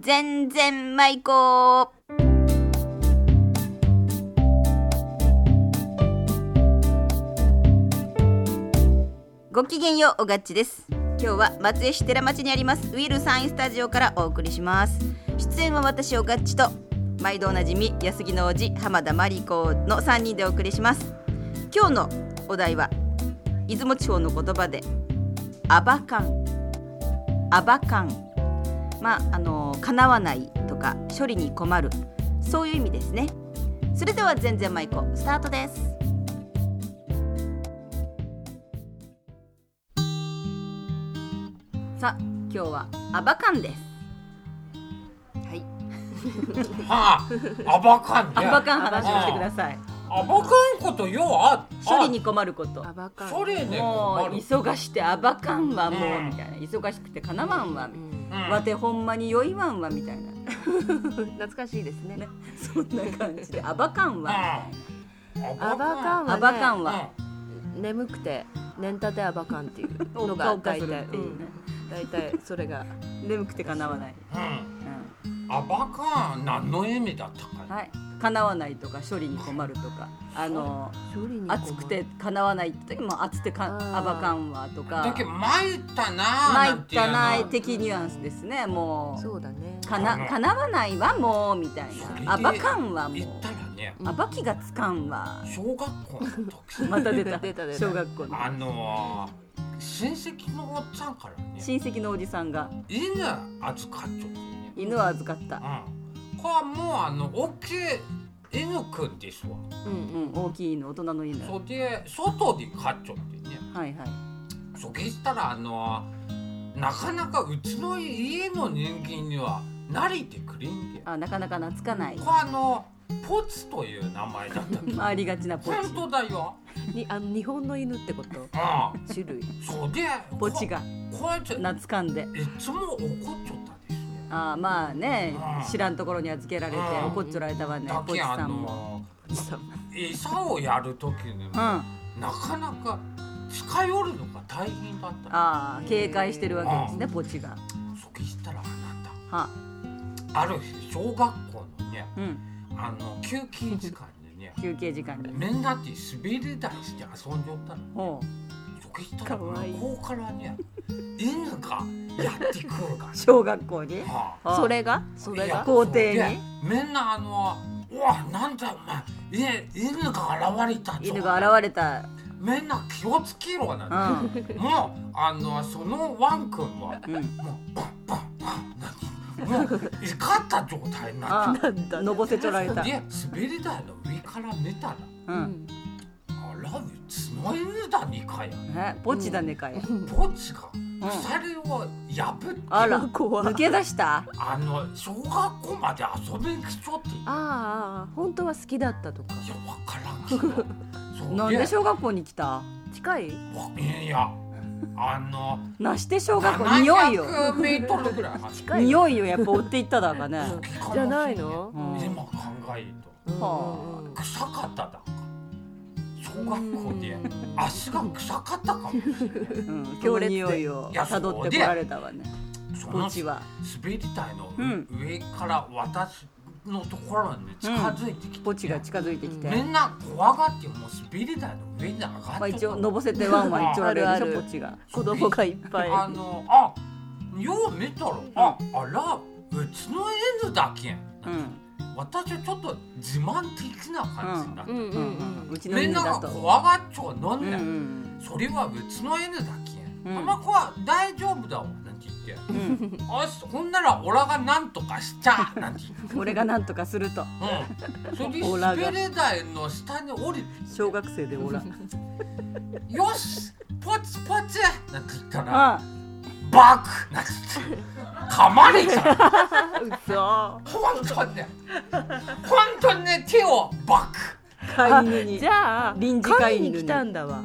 全然舞子ごきげんようおがっちです今日は松江市寺町にありますウィルサインスタジオからお送りします出演は私おがっちと毎度おなじみ安木の王子浜田真理子の3人でお送りします今日のお題は出雲地方の言葉でアバカンアバカンまああの叶わないとか処理に困るそういう意味ですねそれでは全然舞子スタートですさあ今日はアバカンですはいはあ、アバカンね。アバカン話をしてくださいアバカンことようああ処理に困ることアバカン処理ねもう困る急がしてあばかんわもううんみたいな忙しくてかなわんわうみたいんうなんわてほんまに酔いわんわみたいな 懐かしいですねねそんな感じであばかんうんわアアバカンあばかは、んうんわね、眠くて眠たてアバカンっていうおのかがおか大する体っていうねうん大体それ が眠くてかなわないうんうアバカン何の意味だったんか。はい叶わないとか処理に困るとかあの処理に困る暑くて叶わないって時も暑くてかあーあばかんわとかだけど参ったな参ーなんっていうたの。ない的ニュアンスですねもうそうだねかな叶わないわもうみたいそれでなあばかんわ言もったらね、うあばきがつかんわ小学校の時 また出た出た出た小学校のあのー親戚のおっちゃんからね、親戚のおじさんが犬預かっちょってね。犬を預かった、うん。これはもうあの大きい犬くんですわ。うんうん、大きい犬大人の犬それで外で飼っちょってね。はいはいそげしたらあのなかなかうちの家の人間には慣れてくれんでこあなかなか懐かないれあのポツという名前だった けどありがちなポチ本当だよにあの日本の犬ってことう種 類んそれでポチがここいつい懐かんでつも怒っちゃったですねあまあねうん知らんところに預けられてうん怒っちょられたわねだポチけあさんものさ餌をやる時にうんもあなかなか近寄るのが大変だったあ警戒してるわけですねうんポチがそげしたらあなはたある日小学校のねうんあの休憩時間にね休憩時間にみんなで滑り台して遊んじゃったのほそこ行ったらかわいい向こうからね犬がやってくる からう小学校にはああそれがそれいやが校庭にそれでみんなあの「うわなんだお前え犬が現れたぞ」犬が現れたみんな気をつけろうなんて、もうあのそのワン君はうんもうバンバンバンなんてもう怒った状態になあっなんだのぼせちょられてたで滑り台の上から見たら「ううんんあらうちの犬だにかや」えポチだねかいポチが鎖を破って、あら怖抜いけ出したあの小学校まで遊びに来ちょっていああああ本当は好きだったとかやわからんけ どそうなんで小学校に来た近いわいやあのなして小学校匂いよ700メートルぐらい走近い匂いよやっぱ追っていっただからねうんじゃないのうん今考えるうんはと臭かっただんか小学校で足が臭かったかもしれないうん強烈匂いをいやたどってこられたわねそポのチは滑り台のうん上から私のところに近づいてきて、ポチが近づいてきてみんな怖がってもう滑り台の上に上がっちゃったまあ一応のぼせてワンワン一応あるでしょポチが子供がいっぱいあのあよう見たらああらうちの犬だけん、うん私はちょっと自慢的な感じになっうんううんんううんちた、のみん犬なだがと怖がっちょなんうんね、うんそれはうちの犬だけん、うんあんまこは大丈夫だわなんて言ってうんあしほんならオラがなんとかしちゃなんて言って。俺がなんとかするとうん、それでオラが滑り台の下に降り小学生でおらてよしポチポチなんて言ったらあバクなんて言って噛まれちゃううそ本当に本当に手をバック飼い犬にじゃあ臨時飼い飼い犬に来たんだわ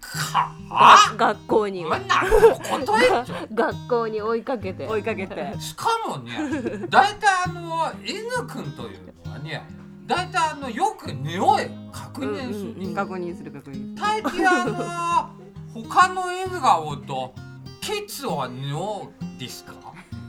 かあ学校に今なることえちょ学校に追いかけて追いかけてしかもね大体あの犬くんというのはね大体あのよく匂い確認する、うんうんうん確認する確認大抵あの他の犬がおるとケツは匂うですか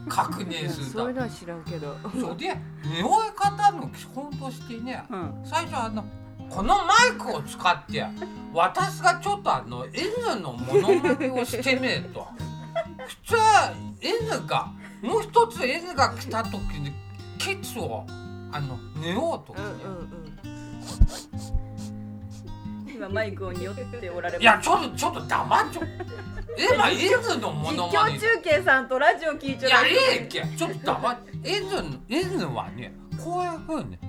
確認するそたれめらは知らんけどそうで匂い方の基本としてねうん。最初あのこのマイクを使って私がちょっとあの犬のモノマネをしてみると普通犬がもう一つ犬が来た時にケツをあの寝ようとうかんね、うんうん今マイクをによっておられいやちょっとちょっと黙っちょ今犬の モ実ノ況マネ中継さんとラジオ聞いちゃいやダメええけちょっと黙っ犬犬はねこういうふうに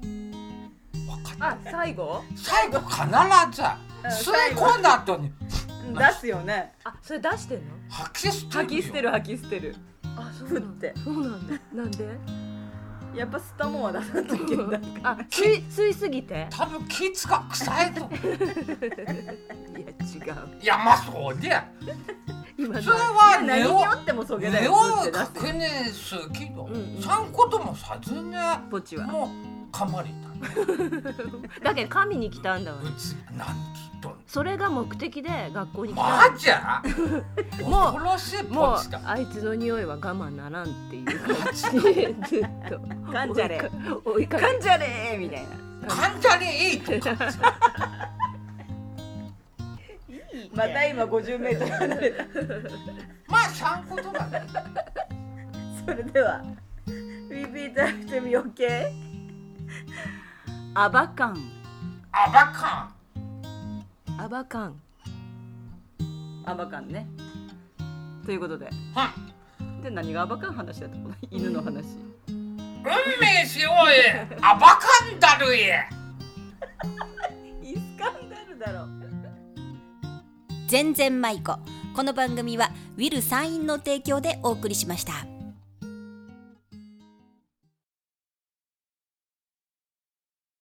分かったあ最後最後必うんず吸い込んだ後にうん出すよね。あそれ出してんの吐き捨てるよ吐き捨てる吐き捨てる。あそうふっなんだて。そうなんだなんでやっぱ吸ったもんは出さなきゃいけない。あ吸い吸いすぎて多分ケツが臭いと思ういや違ういやまあそうで今普の通は 何根にをよってもそげだ根よ。を吸って出す確よ。認するけど、うんうんさんこともさずねポチは。もうかまれたねだけど神に来たんだわうちなんきとそれが目的で学校に来たマジゃもう恐ろしいもポうチだあいつの匂いは我慢ならんっていう感じで ずっとかんじゃれ。追いかかけんじゃれみたいな。患者にいいとかまた今50メートル離れた。まあさんことだねそれでは、repeat after me, okay? アバカン、アバカアバカンアバカンね。ということで、ン、うんで何がアバカン話だったの？犬の話。運命しようえアバカンダルえイスカンダルだろ。全然舞子この番組はウィル・サインの提供でお送りしました。